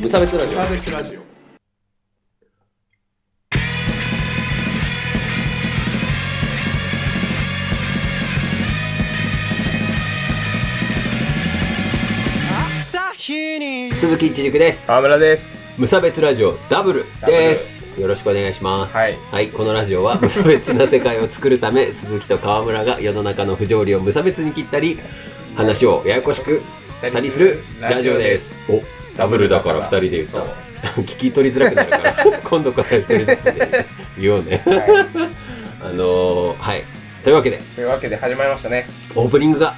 無差別ラジオサーベスラジオ鈴木一陸です河村です。無差別ラジオダブルですよろしくお願いしますはいこのラジオは無 差別な世界を作るため鈴木と河村が世の中の不条理を無差別に切ったり話をややこしくしたりするラジオですおダブルだから2人で言っそたう聞き取りづらくなるから 今度から1人ずつで言おうねはあのー、はいというわけでい。というわけで始まりましたね。オープニングが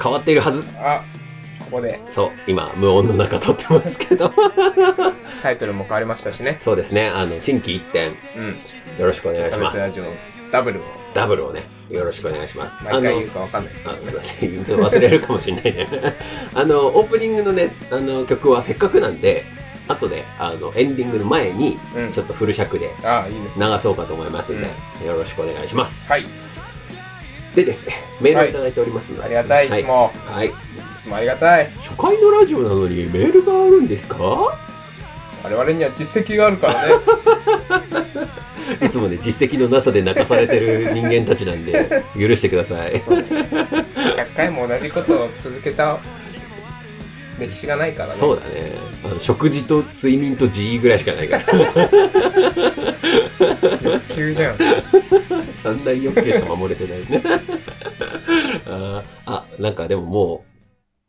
変わっているはずあ、ここでそう今無音の中撮ってますけどタイトルも変わりましたしね。そうですねあの新規一点うん。よろしくお願いし差ま別すラジオダブルをダブルをね、よろしくお願いします。毎回言うあかわかんないですけのあどそうね。だね言うと忘れるかもしれないね。 あの、オープニングのね、あの、曲はせっかくなんで、後で、あの、エンディングの前に、うんちょっとフル尺であ、いいですね。流そうかと思いますので、よろしくお願いします。はい。いでですね、メールをいただいておりますので。はいありがたいはいつもはい。つもありがたい。初回のラジオなのにメールがあるんですか我々には実績があるか らね。いつもね、実績のなさで泣かされてる人間たちなんで、許してください。 100回も同じことを続けた歴史がないからね。そうだねあの食事と睡眠と自ぐらいしかないから 急じゃん。三大欲求しか守れてないね あーあなんかでもも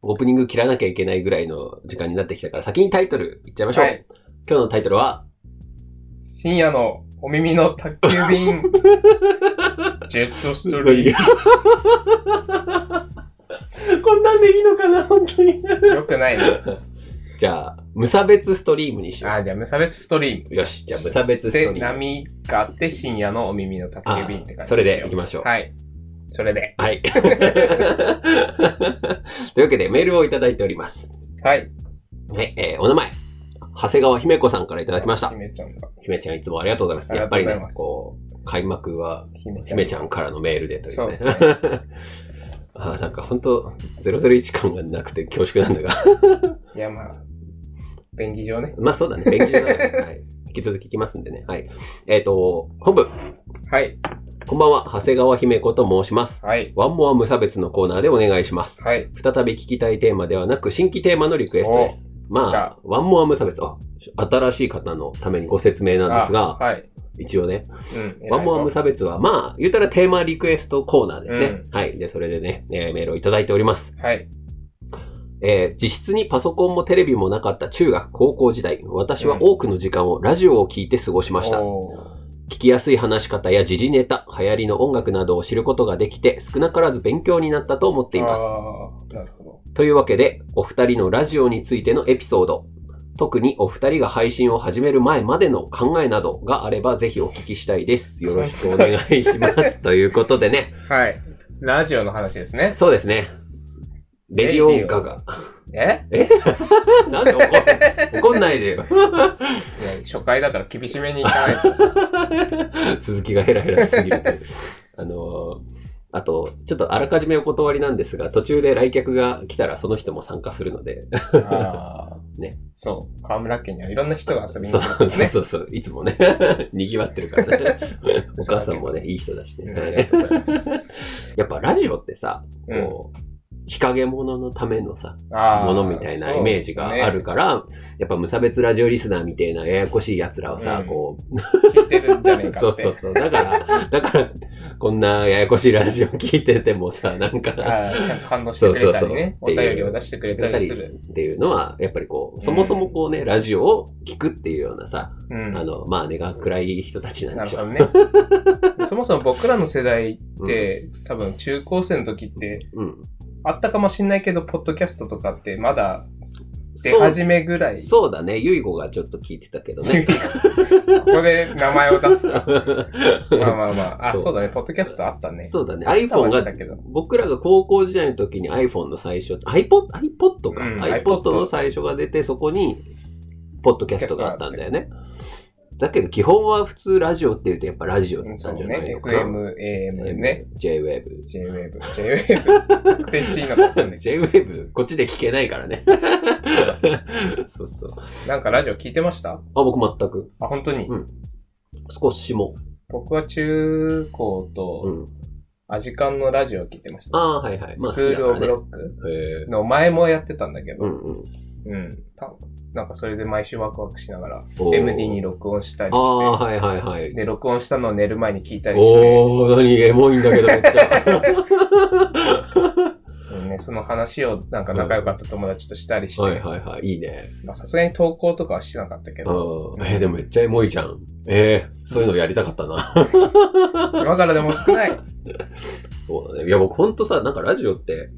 うオープニング切らなきゃいけないぐらいの時間になってきたから先にタイトルいっちゃいましょう、はい今日のタイトルは深夜のお耳の宅 急便。ジェットストリー こんなんでいいのかな本当にム。よくないね。 じゃあ無差別ストリームにしよあ、じゃあ無差別ストリーム。うよしじゃあ無差別ストリで、ーム波があって、深夜のお耳の宅急便って感じそれで行きましょうはい。それで。 はい。というわけで、メールをいただいております。はい。はい、えーお名前、長谷川姫子さんからいただきました。姫ちゃんが。姫ちゃんいつもありがとうございます。ありやっがとぱうりございねま、すこう、開幕は姫ちゃん。姫ちゃんからのメールでというね。そうですね あーなんか本当001感がなくて恐縮なんだが。 いや、まあ、便宜上ね。まあそうだね、勉強だね。はい。引き続き聞きますんでね。はい。えっ、と、本部、はい。こんばんは、長谷川姫子と申します。はい。ワンモア無差別のコーナーでお願いします。はい。再び聞きたいテーマではなく、新規テーマのリクエストです。じゃまああ、ワンモア無差別、あ新しい方のためにご説明なんですあが、はい。一応ね、うん。ワンモア無差別は、まあ、言ったらテーマリクエストコーナーですね。はい。で、それでね、えーメールをいただいております。別。はい。えー実質にパソコンもテレビもなかった中学、高校時代、私は多くの時間をラジオを聞いて過ごしました。おー聞きやすい話し方や時事ネタ、流行りの音楽などを知ることができて、少なからず勉強になったと思っています。あーなるほど。というわけで、お二人のラジオについてのエピソード、特にお二人が配信を始める前までの考えなどがあれば、ぜひお聞きしたいです。よろしくお願いします。ということでね、はい。ラジオの話ですね。そうですね。レディオガガ。え なんで怒ん怒んないでよ。 いや初回だから厳しめに行かないとさ。鈴木がヘラヘラしすぎるという。あのーあと、ちょっとあらかじめお断りなんですが、途中で来客が来たらその人も参加するので、あ ーね。そう。河村家にはいろんな人が遊びにそ来うてますそうね。そうそう、いつもね、賑わってるからね。お母さんもね、いい人だしね。うんありがとうございます。やっぱラジオってさ、うんこう、日陰者のためのさ、あーものみたいなイメージがあるから、やっぱ無差別ラジオリスナーみたいなややこしい奴らをさ、うんこそうですね聞いてるんじゃねえう、かって。 そうそうそう、だから、だから、こんなややこしいラジオ聞いててもさ、なんか、あーちゃんと反応してくれたりね、そうそうそうお便りを出してくれたりする。っていうのは、やっぱりこう、そもそもこうね、ラジオを聞くっていうようなさ、うん、あの、まあ、根が暗い人たちなんなでるしほょどう。ね。そもそも僕らの世代って、多分中高生の時って、うん。あったかもしんないけど、ポッドキャストとかってまだ出そう始めぐらい。そうだね、ゆいごがちょっと聞いてたけど ね。ここで名前を出すか。まあまあまあ。あ、そうそうだね。ポッドキャストあったね。 そうだね、頭 iPhone でがしたけど。僕らが高校時代の時に iPhone の最初、iPod, iPod か、うん iPod の最初が出て、そこに、ポッドキャストがあったんだよね。だけど基本は普通ラジオって言うとやっぱラジオなんじそゃうないねの。かな。 FM、AM ね。 J-Wave。 J-Wave。J-Wave。特定していいのか分かんな いけ J-Wave、こっちで聞けないからね。 そうそう。あ、ど。なんかラジオ聞いてました僕全く。あ、本当にうん。少しも。僕は中高うと、ん。アジカンのラジオ聞いてましあた。あ、はいはい。まあスクールオブ好きだからロックね。へえ。の前もやってたんだけどう、んうん。うん。たなんかそれで毎週ワクワクしながら、おー MD に録音したりああ、しはいはいはいて、。で、録音したのを寝る前に聞いたりして、おー、何、エモいんだけど、めっちゃ。 うんね、その話をなんか仲良かった友達としたりしはいて、はいはい、いいね。まあさすがに投稿とかはしてなかったけうど、ん。えーでもめっちゃエモいじゃん。えー、そういうのやりたかったな。 今からでも少ない。そうだね。いや、僕ほんとさ、なんかラジオって、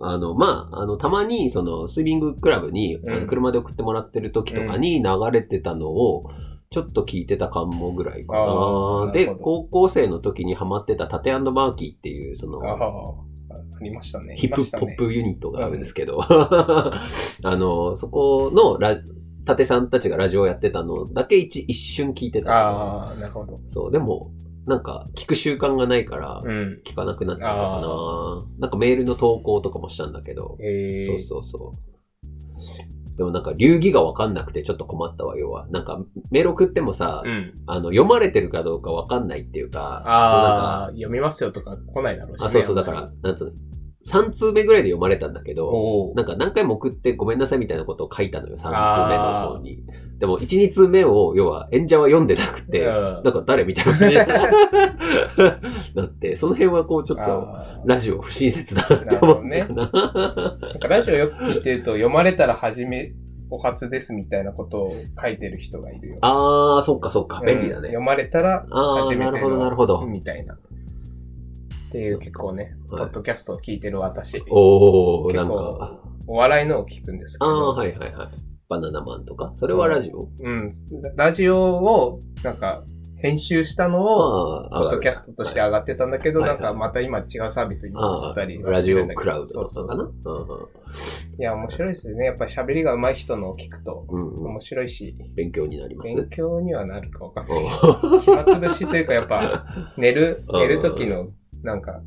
あの、まあ、あの、たまに、その、スイミングクラブに、うんあの車で送ってもらってる時とかに流れてたのを、ちょっと聞いてた感もぐらいかあーな。なるで、ほど高校生の時にハマってたタテマーキーっていう、その、ああ、ありましたね。ヒップポッいましたねプユニットがあるんですけど、 あの、そこのラ、縦さんたちがラジオやってたのだけ一一瞬聞いてたかああ、なるほど。ら。そう、でも、なんか、聞く習慣がないから、うん。聞かなくなっちゃったかあな。なんかメールの投稿とかもしたんだけど、えそうー、そうそう。でもなんか、流儀がわかんなくてちょっと困ったわ、要は。なんか、メール送ってもさ、うん。あの、読まれてるかどうかわかんないっていうか、ああ、読みますよとか来ないだろうし、ね。あ、そうそう、だから、なんつうの、3通目ぐらいで読まれたんだけど、おお。なんか何回も送ってごめんなさいみたいなことを書いたのよ、3通目あのー方に。でも、1、2通目を、要は演者は読んでなくて、うんなんか誰みたいな感じに なって、その辺はこうちょっと、あーラジオ不親切だなって思ったなるかな。なんかラジオよく聞いてると、読まれたら初め、お初ですみたいなことを書いてる人がいるよ。 あー、そっかそっか、便利だうんね。読まれたらあ初ー、めなてるのほど、なるほど。みたいな。っていう結構ね、ポはいッドキャストを聞いてる私、おー、結なん構か。お笑いのを聞くんですけあー、ど、はいはいはい。バナナマンとか。それはラジオうん、ラジオをなんか編集したのをあポッドキャストとして上がってたんだけど、はいなんかまた今違うサービスにあ移ったりーはラしてジるオんだけクどラウドとそうかそうなそ。ういや、面白いですよね。やっぱ喋りが上手い人のを聞くとうんうんうん面白いし、勉強になります勉強にはなるかわかんない。う暇つぶしというか、やっぱ寝る、うん寝る時のなんか、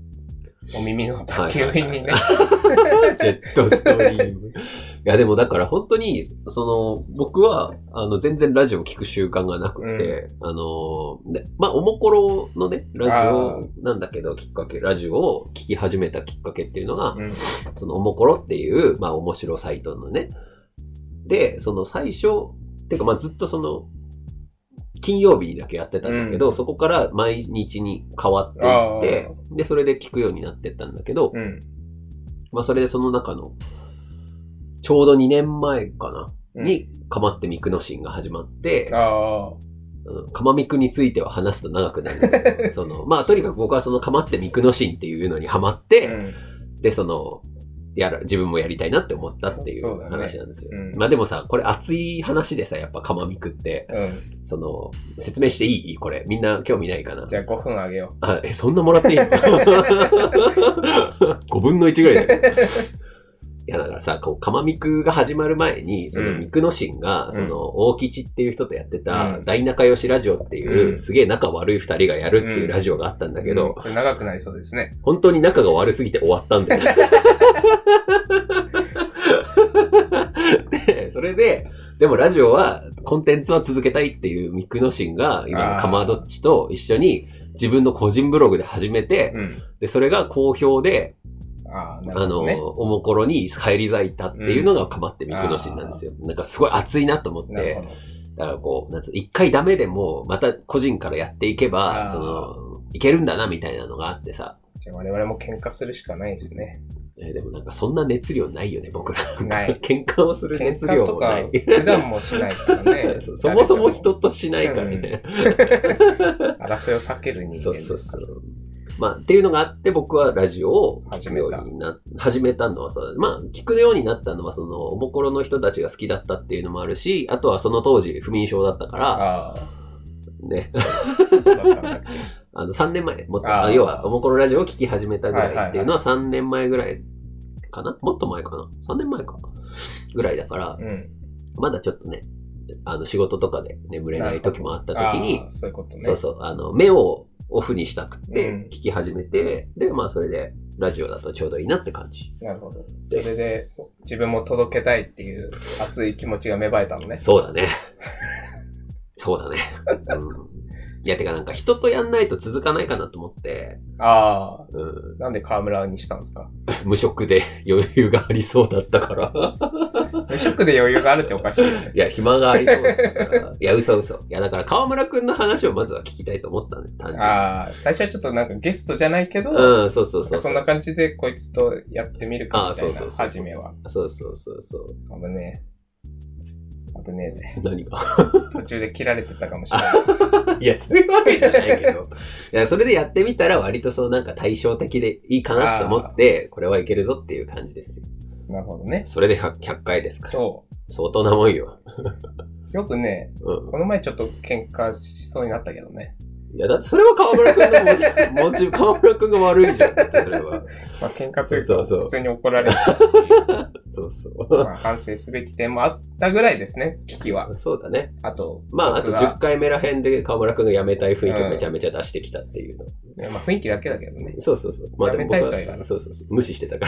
お耳のはい竹上にんね。ジェットストリーム。いや、でもだから本当に、その、僕は、あの、全然ラジオ聞く習慣がなくて、あの、でまあ、おもころのね、ラジあオなんだけど、きっかけ、ラジオを聞き始めたきっかけっていうのが、うんそのおもころっていう、まあ面白サイトのね。で、その最初、てかまあずっとその、金曜日だけやってたんだけど、うんそこから毎日に変わっていって、で、それで聞くようになってったんだけど、うんまあそれでその中の、ちょうど2年前かな、うんに、かまってみくのシーンが始まって、あうんかまみくについては話すと長くなるんだけ ど。その、まあとにかく僕はそのかまってみくのシーンっていうのにハマっあ、て、うんで、その、やら、自分もやりたいなって思ったっていそうそううだね話なんですよ。うんまあでもさ、これ熱い話でさ、やっぱ釜みくって、うん。その、説明していいこれ。みんな興味ないかなじゃあ5分あげよう。あ、え、そんなもらっていい の ?5 分の1ぐらいだよ。いや、だからさ、こう、釜みくが始まる前に、その、うんみくのしんが、んその、大吉っていう人とやってたう、ん大仲良しラジオっていう、うんすげえ仲悪い二人がやるっていうラジオがあったんだけど、うんこれ長くなりそうですね。本当に仲が悪すぎて終わったんだよ。 でそれで、でもラジオは、コンテンツは続けたいっていうミクノシンが、今あのーかまどっちと一緒に自分の個人ブログで始めて、うん。で、それが好評で、ああ、なあの、るほどね。おもころに返り咲いたっていうのがかまってミクノシンなんですよ。なんかすごい熱いなと思っなるてほ、ど。だからこう、なんつうの一回ダメでも、また個人からやっていけあば、ーその、いけるんだなみたいなのがあってさ、じゃあ我々も喧嘩するしかないです ね。えーでもなんかそんな熱量ないよね、僕ら。ない。喧嘩をする喧熱嘩量ともかない。。普段もしないからね そそもそも人としないからね。争いを避ける人間 そうですかそらうそう。まあ、っていうのがあって、僕はラジオを始聞めくたようにな、始めたのはそうだねまあ、聞くようになったのは、その、おぼころの人たちが好きだったっていうのもあるし、あとはその当時、不眠症だったから、あね、 あ、そうだったんだっけ。あの、3年前、もっと、あーあ要は、おぼころラジオを聞き始めたぐらいっていうのは3年前ぐらいかなもっと前かな ?3 年前か。ぐらいだから、うん。まだちょっとね、あの仕事とかで眠れない時もあった時にあー、そういうことね。そうそう、あの、目をオフにしたくてうん、聞き始めて、で、まあ、それで、ラジオだとちょうどいいなって感じ。なるほど。それで、自分も届けたいっていう熱い気持ちが芽生えたのね。そうだね。 そうだね。うん。いや、てかなんか、人とやんないと続かないかなと思って、ああ、うん、なんで河村にしたんですか無職で余裕がありそうだったから。無職で余裕があるっておかしい よね。いや、暇がありそうだったから。いや、嘘嘘。いや、だから、河村くんの話をまずは聞きたいと思ったね、単純に。ああ、最初はちょっとなんかゲストじゃないけど、うん、そうそうなんそかう。そんな感じでこいつとやってみるかみたいあーそうそうな、そう初めは。そうそうそうそう。 危ねえ。危ねえぜ。何が途中で切られてたかもしれない。 いや、 そういうわけじゃないけど。いや、それでやってみたら割とそのなんか対照的でいいかなと思って、これはいけるぞっていう感じですよ。なるほどね。それで 100, 100回ですから。そ相当なもんよ。う。よくね、うこの前ちょっと喧嘩しそうになったけどね。ん。いや、だってそれは河村くんのモチ モチ、河村くんが悪いじゃん。だってそれは。まあ喧嘩というそうそか、うそう普通に怒られたっていうそう そまあ反省すべき点もあったぐらいですね、危機は。う。そうだね。あと、まあ、あと僕が10回目ら辺で河村くんが辞めたい雰囲気をめちゃめちゃ出してきたっていうの。ねまあ、雰囲気だけだけどね。そうそうそう。まあでも辞僕めたいとは言わなは、いそうそうそう。無視してたか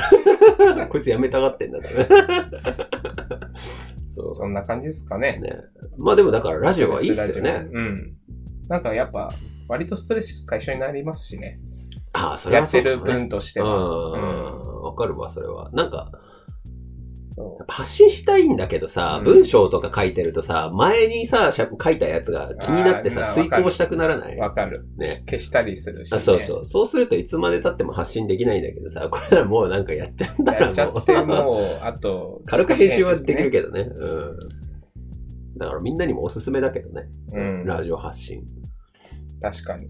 ら。 こいつ辞めたがってんだから。 そう。そんな感じですかね。ね。まあでもだからラジオはいいっすよね。うん。なんかやっぱ、割とストレス解消になりますしね。ああ、それやはっそうてだね、る分としてうん。は。わかるわ、それは。なんか、そやっぱ発信したいんだけどさ、うん文章とか書いてるとさ、前にさ、しゃ書いたやつが気になってさ、あー遂行したくならなういわかる。ね。消したりするし、ね。あそうそう。そうするといつまで経っても発信できないんだけどさ、これならもうなんかやっちゃうんだやっちらゃって、もう。も う、あと、軽く編集はできるけけどね。うん。だからみんなにもおすすめだけどね。うん。ラジオ発信。確かに。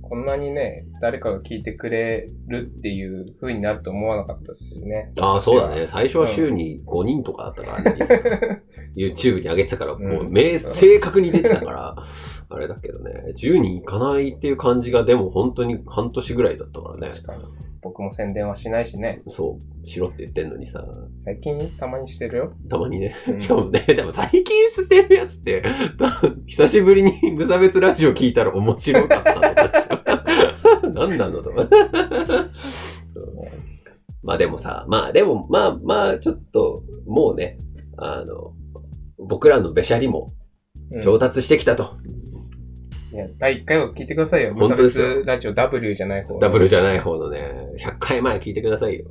こんなにね、誰かが聞いてくれるっていう風になると思わなかったです しね。ああ、そうだね。最初は週に5人とかだったからね、YouTube に上げてたから、んもうそう明、そう正確に出てたから、あれだけどね、10人いかないっていう感じが、でも本当に半年ぐらいだったからね。確かに。僕も宣伝はしないしね。そう、しろって言ってんのにさ、最近たまにしてるよ。たまにね。うんしかもね、でも最近捨てるやつって、多分久しぶりに 無差別ラジオ聞いたら面白かったとか でしょ、何なのとか。 そうまあでもさ、まあでも、まあまあ、ちょっと、もうね、あの、僕らのべしゃりもうん上達してきたと。いや、第1回を聞いてくださいよ。無本差当ですよ別ラジオ W じゃない方。ダブルじゃない方のね、100回前聞いてくださいよ。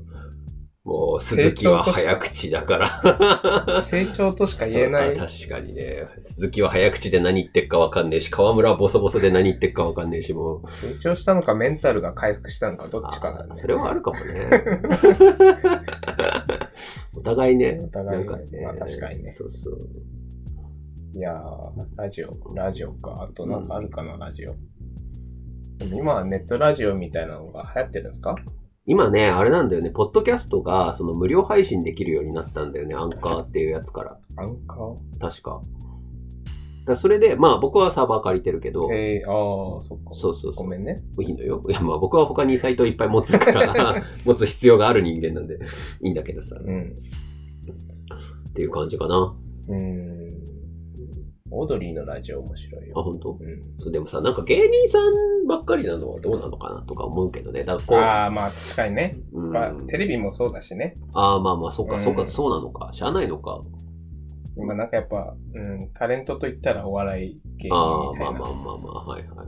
もう、鈴木は早口だから。成長としか言えない。そう確かにね。鈴木は早口で何言ってっかわかんねえし、河村はボソボソで何言ってっかわかんねえし、もう。成長したのかメンタルが回復したのかどっちかだあね。それはあるか もね。お互いね。お互いねなんまあ確かにねそうそう。いやー、ラジオ、ラジオか。あとなんかあるかな、ラジオ。でも今はネットラジオみたいなのが流行ってるんですか今ね、あれなんだよね、ポッドキャストがその無料配信できるようになったんだよね、アンカーっていうやつから。アンカ確か。だからそれで、まあ僕はサーバー借りてるけどー、えー、ああ、そっか。そうそうそごう。めんね。いいのよ。いや、まあ僕は他にサイトいっぱい持つ から、持つ必要がある人間なんで、いいんだけどさ、っうん。ていう感じかな。うーん。オードリーのラジオ面白いあ、よ。本当。うん。そうでもさ、なんか芸人さんばっかりなのはどうなのかなとか思うけどね。だからああ、まあ確かにね。こう、うん、まあ、テレビもそうだしね。ああ、まあまあ、そうか、そううか、んそうなのか。しゃあないのか。今なんかやっぱ、うん、タレントと言ったらお笑い芸あ人あ、みたまあいなまあ。まあまあ、はいはい。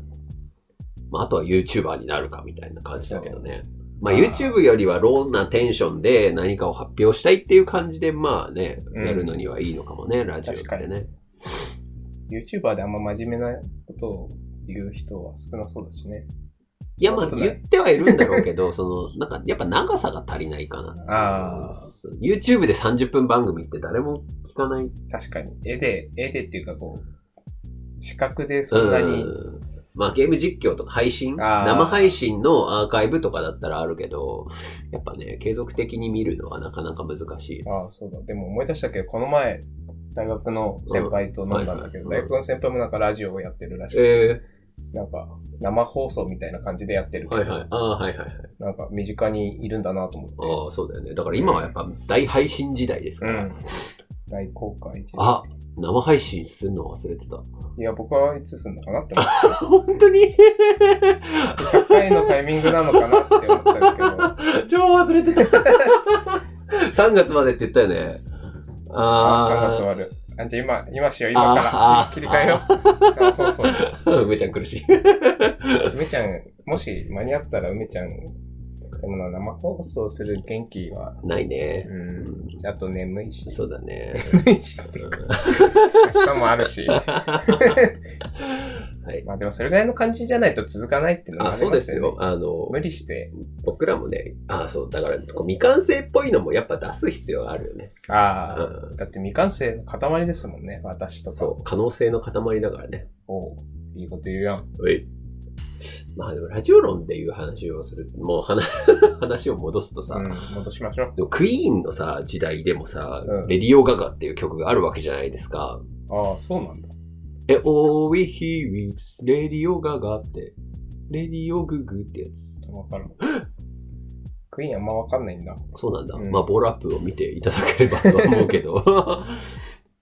まあ、あとは YouTuber になるかみたいな感じだけどね。まあ、あー YouTube よりはローなテンションで何かを発表したいっていう感じで、まあね、うんやるのにはいいのかもね、ラジオって確かね。 YouTuber であんま真面目なことを言う人は少なそうだしね。いや、まあ、そんなことない言ってはいるんだろうけど、その、なんか、やっぱ長さが足りないかな。ああ、 YouTube で30分番組って誰も聞かない。確かに。絵で、絵でっていうかこう、視覚でそんなに、うんまあ、ゲーム実況とか配信、あー生配信のアーカイブとかだったらあるけど、やっぱね、継続的に見るのはなかなか難しい。ああ、そうだ。でも思い出したけど、この前、大学の先輩と飲んだんだけど、うん大学の先輩もなんかラジオをやってるらしくえて、なんか生放送みたいな感じでやってるー、けど、はいはい。ああ、はいはいはい。なんか身近にいるんだなと思って。ああ、そうだよね。だから今はやっぱ大配信時代ですから、うん大公開一年あ生配信すんの忘れてた。いや、僕はいつすんのかなって思っ本当に て、100回のタイミングなのかなって思ったんですけど、超忘れてた。3月までって言ったよね。ああ3ー月終わる。あ、じゃあ今、今しよう、今あから。切り替えよう。あ放送。 梅ちゃん苦しい。梅ちゃん、もし間に合ったら梅ちゃん、でもな、生放送する元気は、ないうね。ん、あと眠いし。そうだね。眠いしっていうか、明日もあるし。 はい。まあでもそれぐらいの感じじゃないと続かないっていうのもあ、あそりうまですすよよね。。あの、無理して。僕らもね、あ、そう、だから、こう未完成っぽいのもやっぱ出す必要があるよね。ああ、うん。だって未完成の塊ですもんね、私とか。そう、可能性の塊だからね。おういいこと言うやん。はい。まあでも、ラジオ論でいう話をする、もう話 話を戻すとさ、うん、戻しましょう。でもクイーンのさ、時代でもさ、うんレディオガガっていう曲があるわけじゃないですか。ああ、そうなんだ。え、All We Hear Is Radio Gaga って、レディオググってやつ。わかる。クイーンあんまわかんないんだ。そうなんだ。うんまあ、ボールアップを見ていただければ とは思うけど。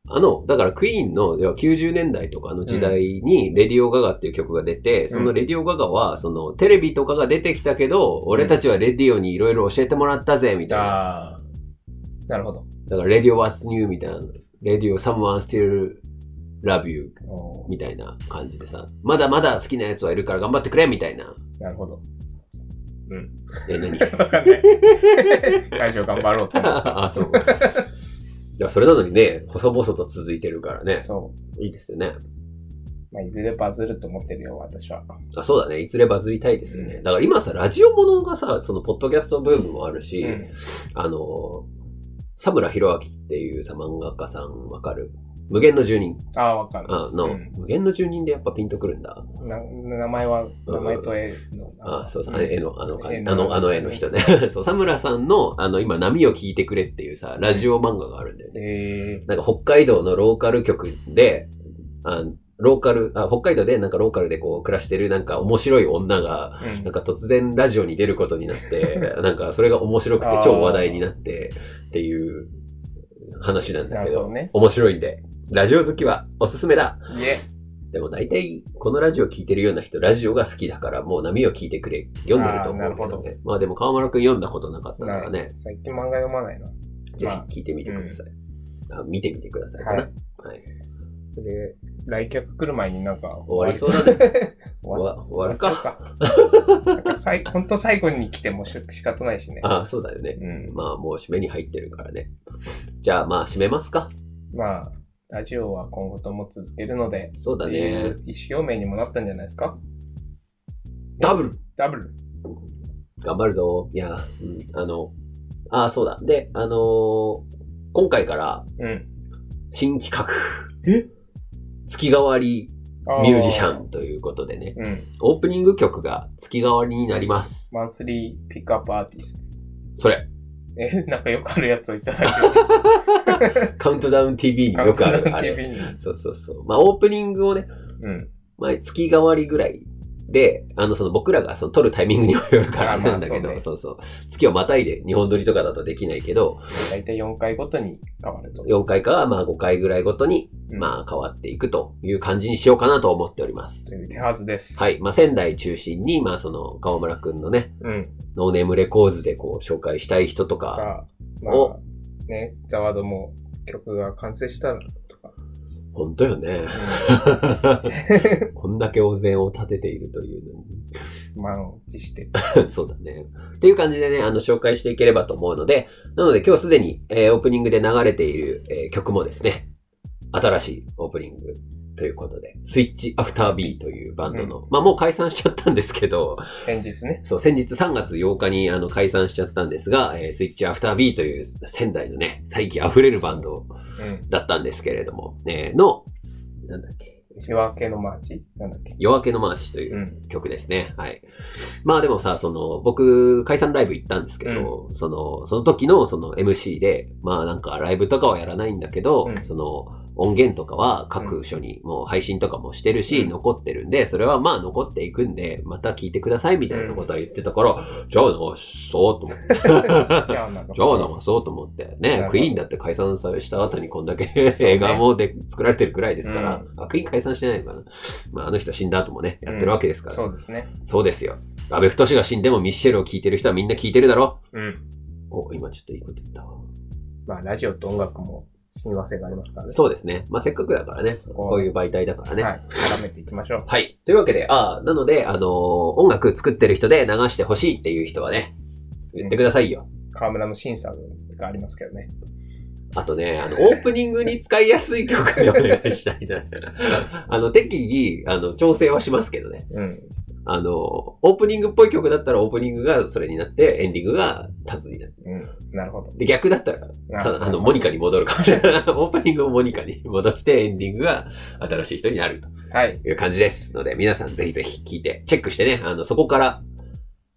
あの、だからクイーンの、要は90年代とかの時代に、レディオガガっていう曲が出て、そのレディオガガは、その、テレビとかが出てきたけど、俺たちはレディオにいろいろ教えてもらったぜ、みたいな。ああ。なるほど。だから、レディオ What's New みたいな。レディオ Someone Still Love You おうみたいな感じでさ、まだまだ好きなやつはいるから頑張ってくれ、みたいな。なるほど。うん。え、何 わかんない。会場頑張ろうと思っあ、 そう。いや、それなのにね、細々と続いてるからて。ね。 そいいですよね。う。まあ、いずれバズると思ってるよ、私は。あそうだね。いずれバズりたいですよね。うんだから今さ、ラジオものがさ、その、ポッドキャストブームもあるし、うん。あの、佐村弘明っていうさ、漫画家さんわかる無限の住人ああ、わかる。あの、うん無限の住人でやっぱピンとくるんだ。な名前は、名前と絵の。あそうそう、ん絵の、あの感じ、絵のあの、あの絵の人ね。 そう、佐村さんの、あの、今、波を聞いてくれっていうさ、ラジオ漫画があるんだよね。えなんか北海道のローカル局で、あローカルあ、北海道でなんかローカルでこう暮らしてるなんか面白い女が、ーうんなんか突然ラジオに出ることになって、 なんかそれが面白くて超話題になってっていう話なんだなけるほど、どね。面白いんで、ラジオ好きはおすすめだいえ、でも大体このラジオ聞いてるような人、ラジオが好きだからもう波を聞いてくれ、読んでると思うけあーどなね。まあでも川村くん読んだことなかったからね、最近漫画読まないな。ぜまあひ聞いてみてください。あ見てみてくださいかな。はいはい、それ、来客来る前になんか終わりそうだね。ね。終終わわ終わるか。なんかさいほんと最後に来てもし仕方ないしね。ああ、そうだよね。うん。まあもう締めに入ってるからね。じゃあまあ締めますか。まあ、ラジオは今後とも続けるので、そうだっていねう。意思表明にもなったんじゃないですかダブルダブル。頑張るぞ。いや、うん、あの、ああ、そうだ。で、あのー今回からうん。新企画。え月替わりあーミュージシャ。ンということでね、うん。オープニング曲が月替わりになります。マンスリーピックアップアーティスト。それ、え、なんかよくあるやつをいただいカウントダウン TV にて。 よくある、あカウントダウンれ。 TV にそうそうそう。まあ、オープニングをね、うん。まあ、月替わりぐらいで、あの、その僕らがその撮るタイミングにもよるからあれなんだけあまあそうど、ねそうそう。月をまたいで、日本撮りとかだとできないけど、大体4回ごとに変わると。 4回かはまあ5回ぐらいごとに、うんまあ変わっていくという感じにしようかなと思っております。という手はずです。はい。まあ仙台中心に、まあその、川村くんのね、うん。ノーネームレコーズでこう紹介したい人とか、が、まあお、ね、ザワードも曲が完成したらとか。本当よね。こんだけお膳を立てているというのに。 満を持して。そうだね。っていう感じでね、あの、紹介していければと思うので、なので今日すでに、えーオープニングで流れている、えー曲もですね、新しいオープニングということで、スイッチアフタービーというバンドの、まあもう解散しちゃったんですけど、先日ね。そう、先日3月8日にあの解散しちゃったんですが、えースイッチアフタービーという仙台のね、再起溢れるバンドうん。だったんですけれども、えーの、なんだっけ、夜明けの街なんだっけ夜明けのマーチといううん。曲ですね。はい。まあでもさ、その、僕、解散ライブ行ったんですけど、その、その時のその MC で、まあなんかライブとかはやらないんだけど、うんその、音源とかは各所にもう配信とかもしてるし、うん残ってるんで、それはまあ残っていくんで、また聞いてくださいみたいなことは言ってたから、じゃあ流そうと思って。 じゃあ、なんか。じゃあ流そうと思って。なるほね、どクイーンだって解散されした後にこんだけそうね映画もで作られてるくらいですから、うあクイーン解散してないのかな。まああの人は死んだ後もね、やってるわけですから。そうですね。そうですよ。安倍太が死んでもミッシェルを聞いてる人はみんな聞いてるだろ。うん。お、今ちょっといいこと言ったわ。まあ、ラジオと音楽も親和性がありますからね。そうですね。まあせっかくだからね、そこはこういう媒体だからね。はい。絡めていきましょう。はい。というわけで、ああ、なので、あのー音楽作ってる人で流してほしいっていう人はね、言ってくださいよ。河村の審査がありますけどね。あとね、あの、オープニングに使いやすい曲でお願いしたい な。あの、適宜、あの、調整はしますけどね。うん。あの、オープニングっぽい曲だったらオープニングがそれになって、エンディングがタツになる。うん。なるほど。で、逆だったら、なただあの、モニカに戻るかもしれない。 オープニングをモニカに戻して、エンディングが新しい人になるとはい。いう感じです。ので、皆さんぜひぜひ聞いて、チェックしてね、あの、そこから、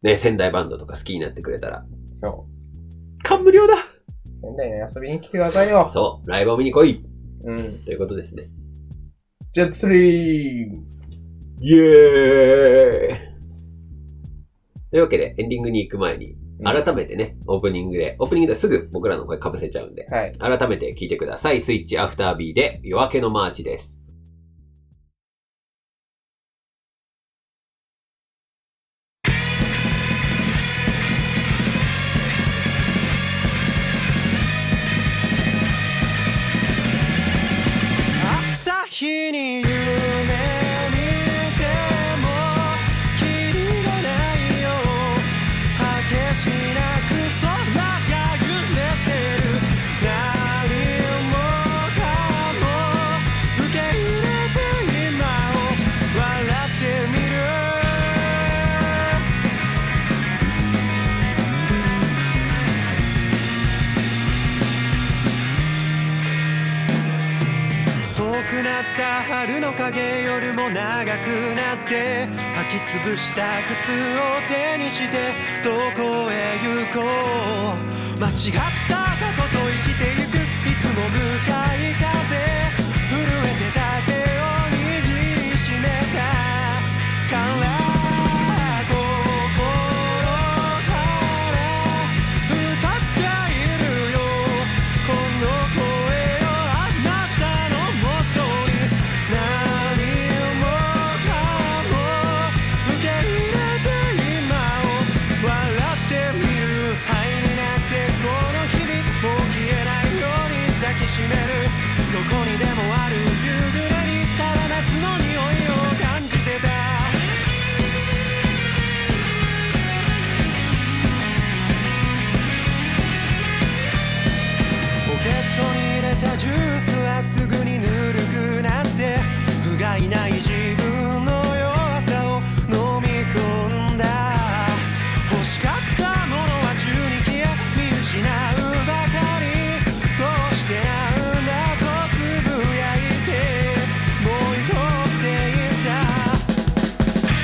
ね、仙台バンドとか好きになってくれたら、そ感無量だう。仙台に遊びに来てくださいよ。そう、ライブを見に来いうん。ということですね。ジェットスリーイエーイというわけで、エンディングに行く前に、改めてね、オープニングで、オープニングですぐ僕らの声かぶせちゃうんで、はい。改めて聞いてください。スイッチアフタービーで夜明けのマーチです。朝日に夢見てもきりがないよ果てしなく空が揺れてる何もかも受け入れて今を笑ってみる遠くなった春の影夜も長くなって履き潰した靴を手にしてどこへ行こう間違った過去と生きてゆくいつも向かい風震えてた手を握りしめたから心から歌っているよ「この声をあなたのもとに」「何もかも受け入れて今を笑ってみる」「灰になってこの日々もう消えないように抱きしめる」「どこにでもある夕暮れにただ夏の匂いを感じてた」ポケットに入れたジュースはすぐにぬるくなって不甲斐ない自分の弱さを飲み込んだ欲しかったものは中に消え見失うばかりどうしてなんだとつぶやいてもう怒っていた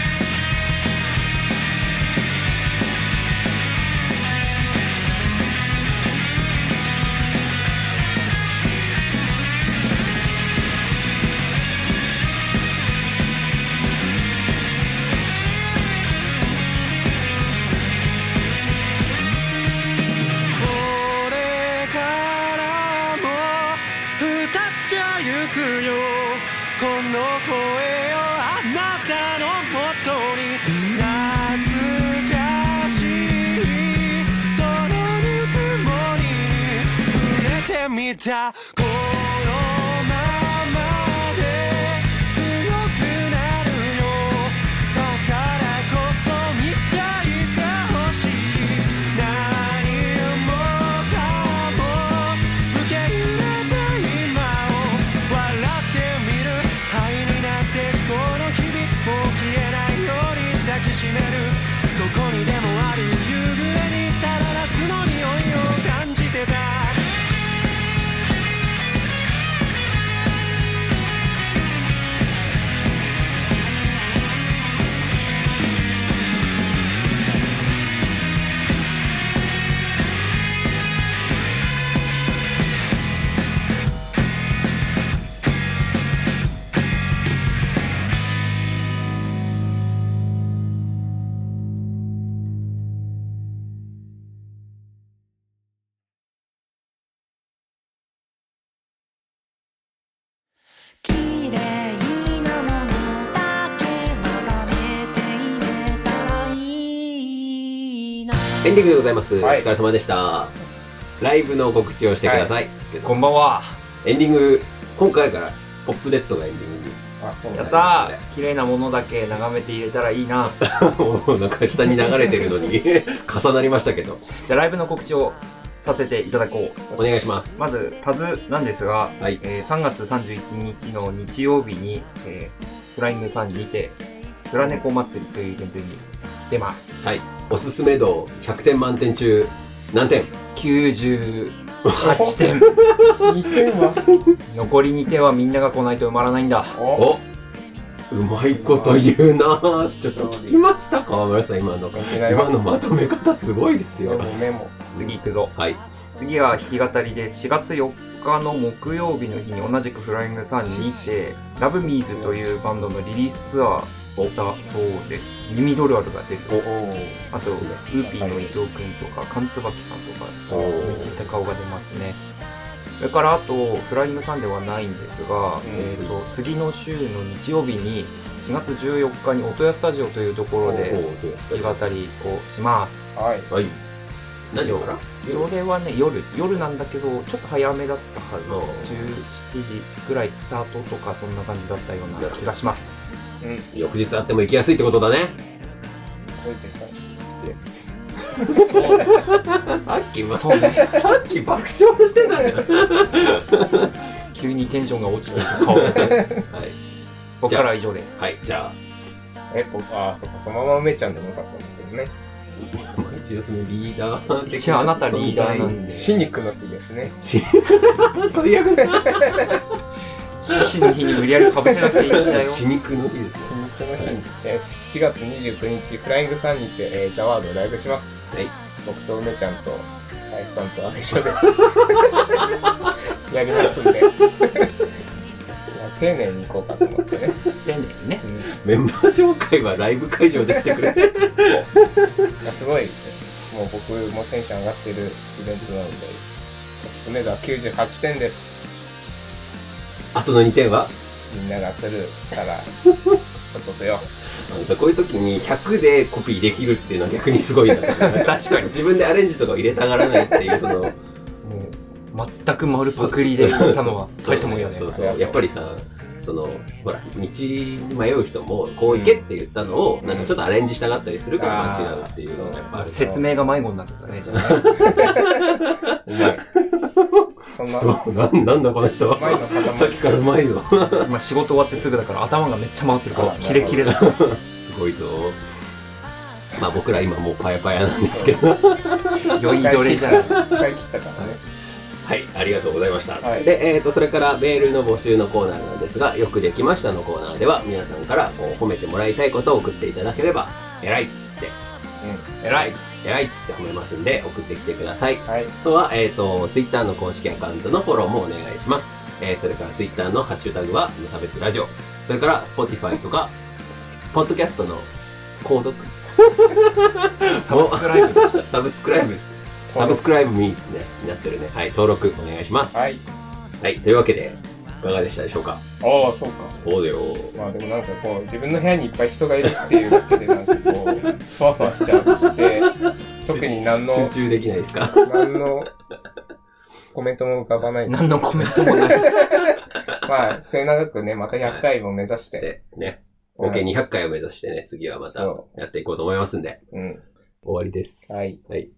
これからも歌ってゆくよこの声をあなたのもとに懐かしいそのぬくもりに触れてみたこのままで強くなるよだからこそ見ていてほしい何もかも受け入れて今を笑ってみる灰になってこの日々もう消えないように抱きしめるどこにでもある夕暮れにただ夏の匂いを感じてた「エンディングでございます。はいお疲れ様でした。ライブの告知をしてください。こんばんは。エンディング、今回からポップデッドがエンディングに。あ、そうやなっんただ。ー綺麗なものだけ眺めて入れたらいいな。もうなんか下に流れてるのに 重なりましたけど、じゃあライブの告知をさせていただこう。お願いします。まず、タズなんですが、はい。えー3月31日の日曜日に、えーフライングさんにて、フラネコ祭りというイベントに出ます。はい。おすすめ度100点満点中、何点98点。似てるわ。残り2点はみんなが来ないと埋まらないんだ。お、 おうまいこと言うなぁ。ちょっと聞きましたか村木さん、今の。違いま今す。のまとめ方すごいですメよモ。メモ。次行くぞ。はい。次は弾き語りです4月4日の木曜日の日に同じくフライングさんにて「ラブミーズというバンドのリリースツアーをだそうです耳ドルアルが出るおあとウーピーの伊藤君とかカンツバキさんとかおー西高尾が出ますねそれからあとフライングさんではないんですが、えー、と次の週の日曜日に4月14日に音屋スタジオというところで弾き語りをしますはい。はい。何時からそれはね夜夜なんだけどちょっと早めだったはずあー17時ぐらいスタートとかそんな感じだったような気がしますうん。翌日あっても行きやすいってことだね。覚えてた。失礼。 そうねさっきば、さそうねっき爆笑してたじゃん。は急にテンションが落ちてい く顔い。僕からは以上ですはい。じゃえ、僕、あー、そっか、そのまま梅ちゃんでもよかったんだけどね。あ、まあ一応そのリーダ ー的 一応あなたリーダーなんでシニックなっていいですね。最悪だよ。獅子の日に無理やりかぶせなくていいんだ よ死肉の日ですよ。ニックの日に。じゃあ4月29日、フライングさんにて、えー、ザワードをライブします。はい。僕と梅ちゃんと、林さんと相 性でやりますんで。いや丁寧に行こうかと思ってね。丁寧にねうんメンバー紹介はライブ会場でしてくれて。いやすごい、もう僕もテンション上がってるイベントなので、おすすめ度は98点です。あとの2点はみんなが来るから、ちょっと出よあのさ、こういう時に100でコピーできるっていうのは逆にすごいな。確かに。自分でアレンジとかを入れたがらないっていう、その、全く丸パクリ で言ったのは大したもんやねそうそう。やっぱりさ、その、ほら、道に迷う人も、こう行けって言ったのを、なんかちょっとアレンジしたがったりするから間違うっていうのがやっぱある。説明が迷子になってたねじゃあう。うまい。そんな、前の なんなんだこの人は。さっ塊き。からうまいぞ。今仕事終わってすぐだから頭がめっちゃ回ってるかあらーキレキレだ すごいぞ。まあ僕ら今もうパヤパヤなんですけど。酔いどれじゃない使い切ったからね。はい、ありがとうございました。はいで、えー、とそれからメールの募集のコーナーなんですが、よくできましたのコーナーでは、皆さんからこう褒めてもらいたいことを送っていただければ、偉いっつって、う偉い、偉いっつって褒めますんで、送ってきてください。ん。はい。あとは、えっ、と、Twitter の公式アカウントのフォローもお願いします。えーそれから Twitter のハッシュタグは、無差別ラジオ。それから、Spotify とか、 ポッドキャストの購読、 サブスクライブでサブスクライブ、サブスクライブになってるね。はい、登録お願いします。はい。はい、というわけで、いかがでしたでしょうかああ、そうか。そうだよ。まあでもなんかこう、自分の部屋にいっぱい人がいるっていうだけで、なんかこう、そわそわしちゃって、特に何の集、中できないですか 何のコメントも浮かばないです何のコメントもないまあ、末永くね、また100回を目指して。で、ね。合計200回を目指してね、次はまたそやっていこうと思いますんで。うん。終わりです。はい。はい。